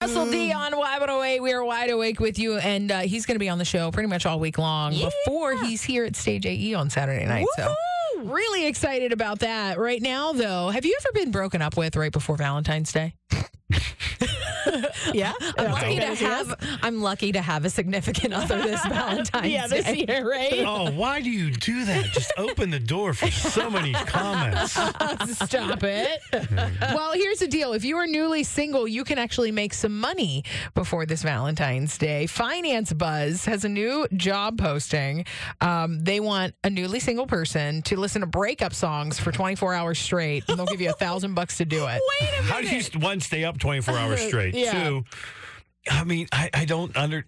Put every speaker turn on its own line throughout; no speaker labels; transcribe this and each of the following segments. Russell D on Y108. We are wide awake with you, and uh, he's going to be on the show pretty much all week long before he's here at Stage AE on Saturday night. So, really excited about that. Right now, though, have you ever been broken up with right before Valentine's Day?
Yeah,
I'm lucky to have. I'm lucky to have a significant other this Valentine's
yeah, this
Day.
year, right?
Oh, why do you do that? Just open the door for so many comments.
Stop it. well, here's the deal. If you are newly single, you can actually make some money before this Valentine's Day. Finance Buzz has a new job posting. Um, they want a newly single person to listen to breakup songs for 24 hours straight, and they'll give you a thousand bucks to do it.
Wait a
How do you one stay up 24 hours straight?
Uh, Yeah.
Two, I mean, I, I don't under.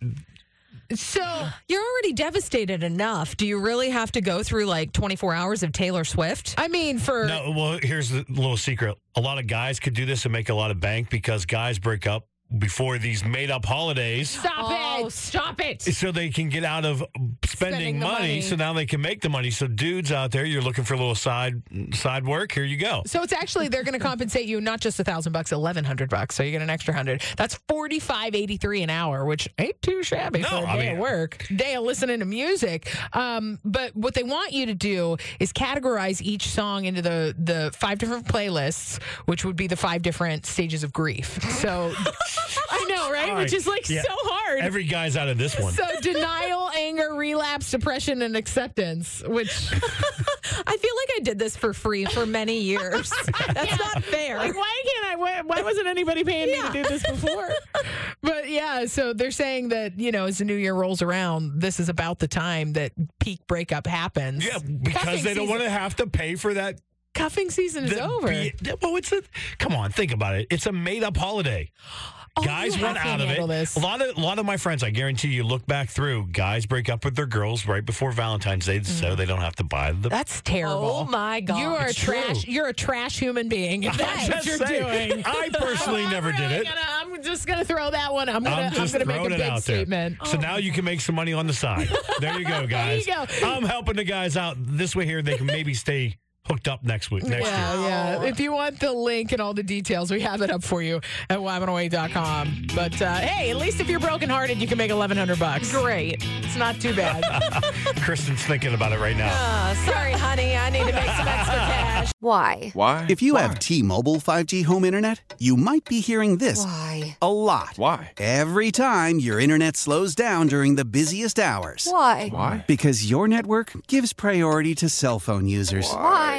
So,
You're already devastated enough. Do you really have to go through like 24 hours of Taylor Swift?
I mean, for
No, well, here's the little secret. A lot of guys could do this and make a lot of bank because guys break up before these made up holidays.
stop
Oh,
it, stop it.
So they can get out of spending,
Spending the
money,
money.
so now they can make the money. So dudes out there, you're looking for a little side side work. Here you go.
So it's actually they're going to compensate you not just a thousand bucks, eleven hundred bucks. So you get an extra hundred. That's forty five eighty three an hour, which ain't too shabby
No,
for a day
I
at
mean-
work. Day of listening to music. Um, but what they want you to do is categorize each song into the the five different playlists, which would be the five different stages of grief. So I know, right?
All
Which
right.
is like
Yeah.
so hard.
Every guy's out of this one.
so denial, anger, relapse, depression, and acceptance. Which
I feel like I did this for free for many years. That's not fair.
Like, why can't I? Why, why wasn't anybody paying me to do this before? but yeah, so they're saying that, you know, as the new year rolls around, this is about the time that peak breakup happens.
yeah, because
Cuffing
they don't want to have to pay for that
Cuffing season is
the
over.
be- the- well, it's a come on, think about it. It's a made up holiday. guys
Oh, you
went
have to
out of it.
handle this.
A lot of a lot of my friends, I guarantee you, look back through. Guys break up with their girls right before Valentine's Day, so they don't have to buy the.
Mm-hmm. That's terrible.
Oh my God.
You are a
It's true.
trash. You're a trash human being. If that's
I'm
what
just
you're
saying,
doing.
I personally
I'm
never did
really
it.
gonna- I'm just gonna throw that one. I'm gonna.
I'm
I'm,
just
gonna make
throwing
a
it
big
out
statement.
there. Oh, So now you can make some money on the side. There you go, guys.
go.
I'm helping the guys out this way here. They can maybe stay hooked up next week, next year.
Yeah, yeah. If you want the link and all the details, we have it up for you at oh wymanaway.com. But uh, hey, at least if you're brokenhearted, you can make 1100 bucks.
Great.
It's not too bad.
Kristen's thinking about it right now.
Uh, sorry, honey. I need to make some extra cash.
Why?
Why?
If you have T Mobile 5G home internet, you might be hearing this
Why?
a lot.
Why?
Every time your internet slows down during the busiest hours.
Why?
Why?
Because your network gives priority to cell phone users.
Why?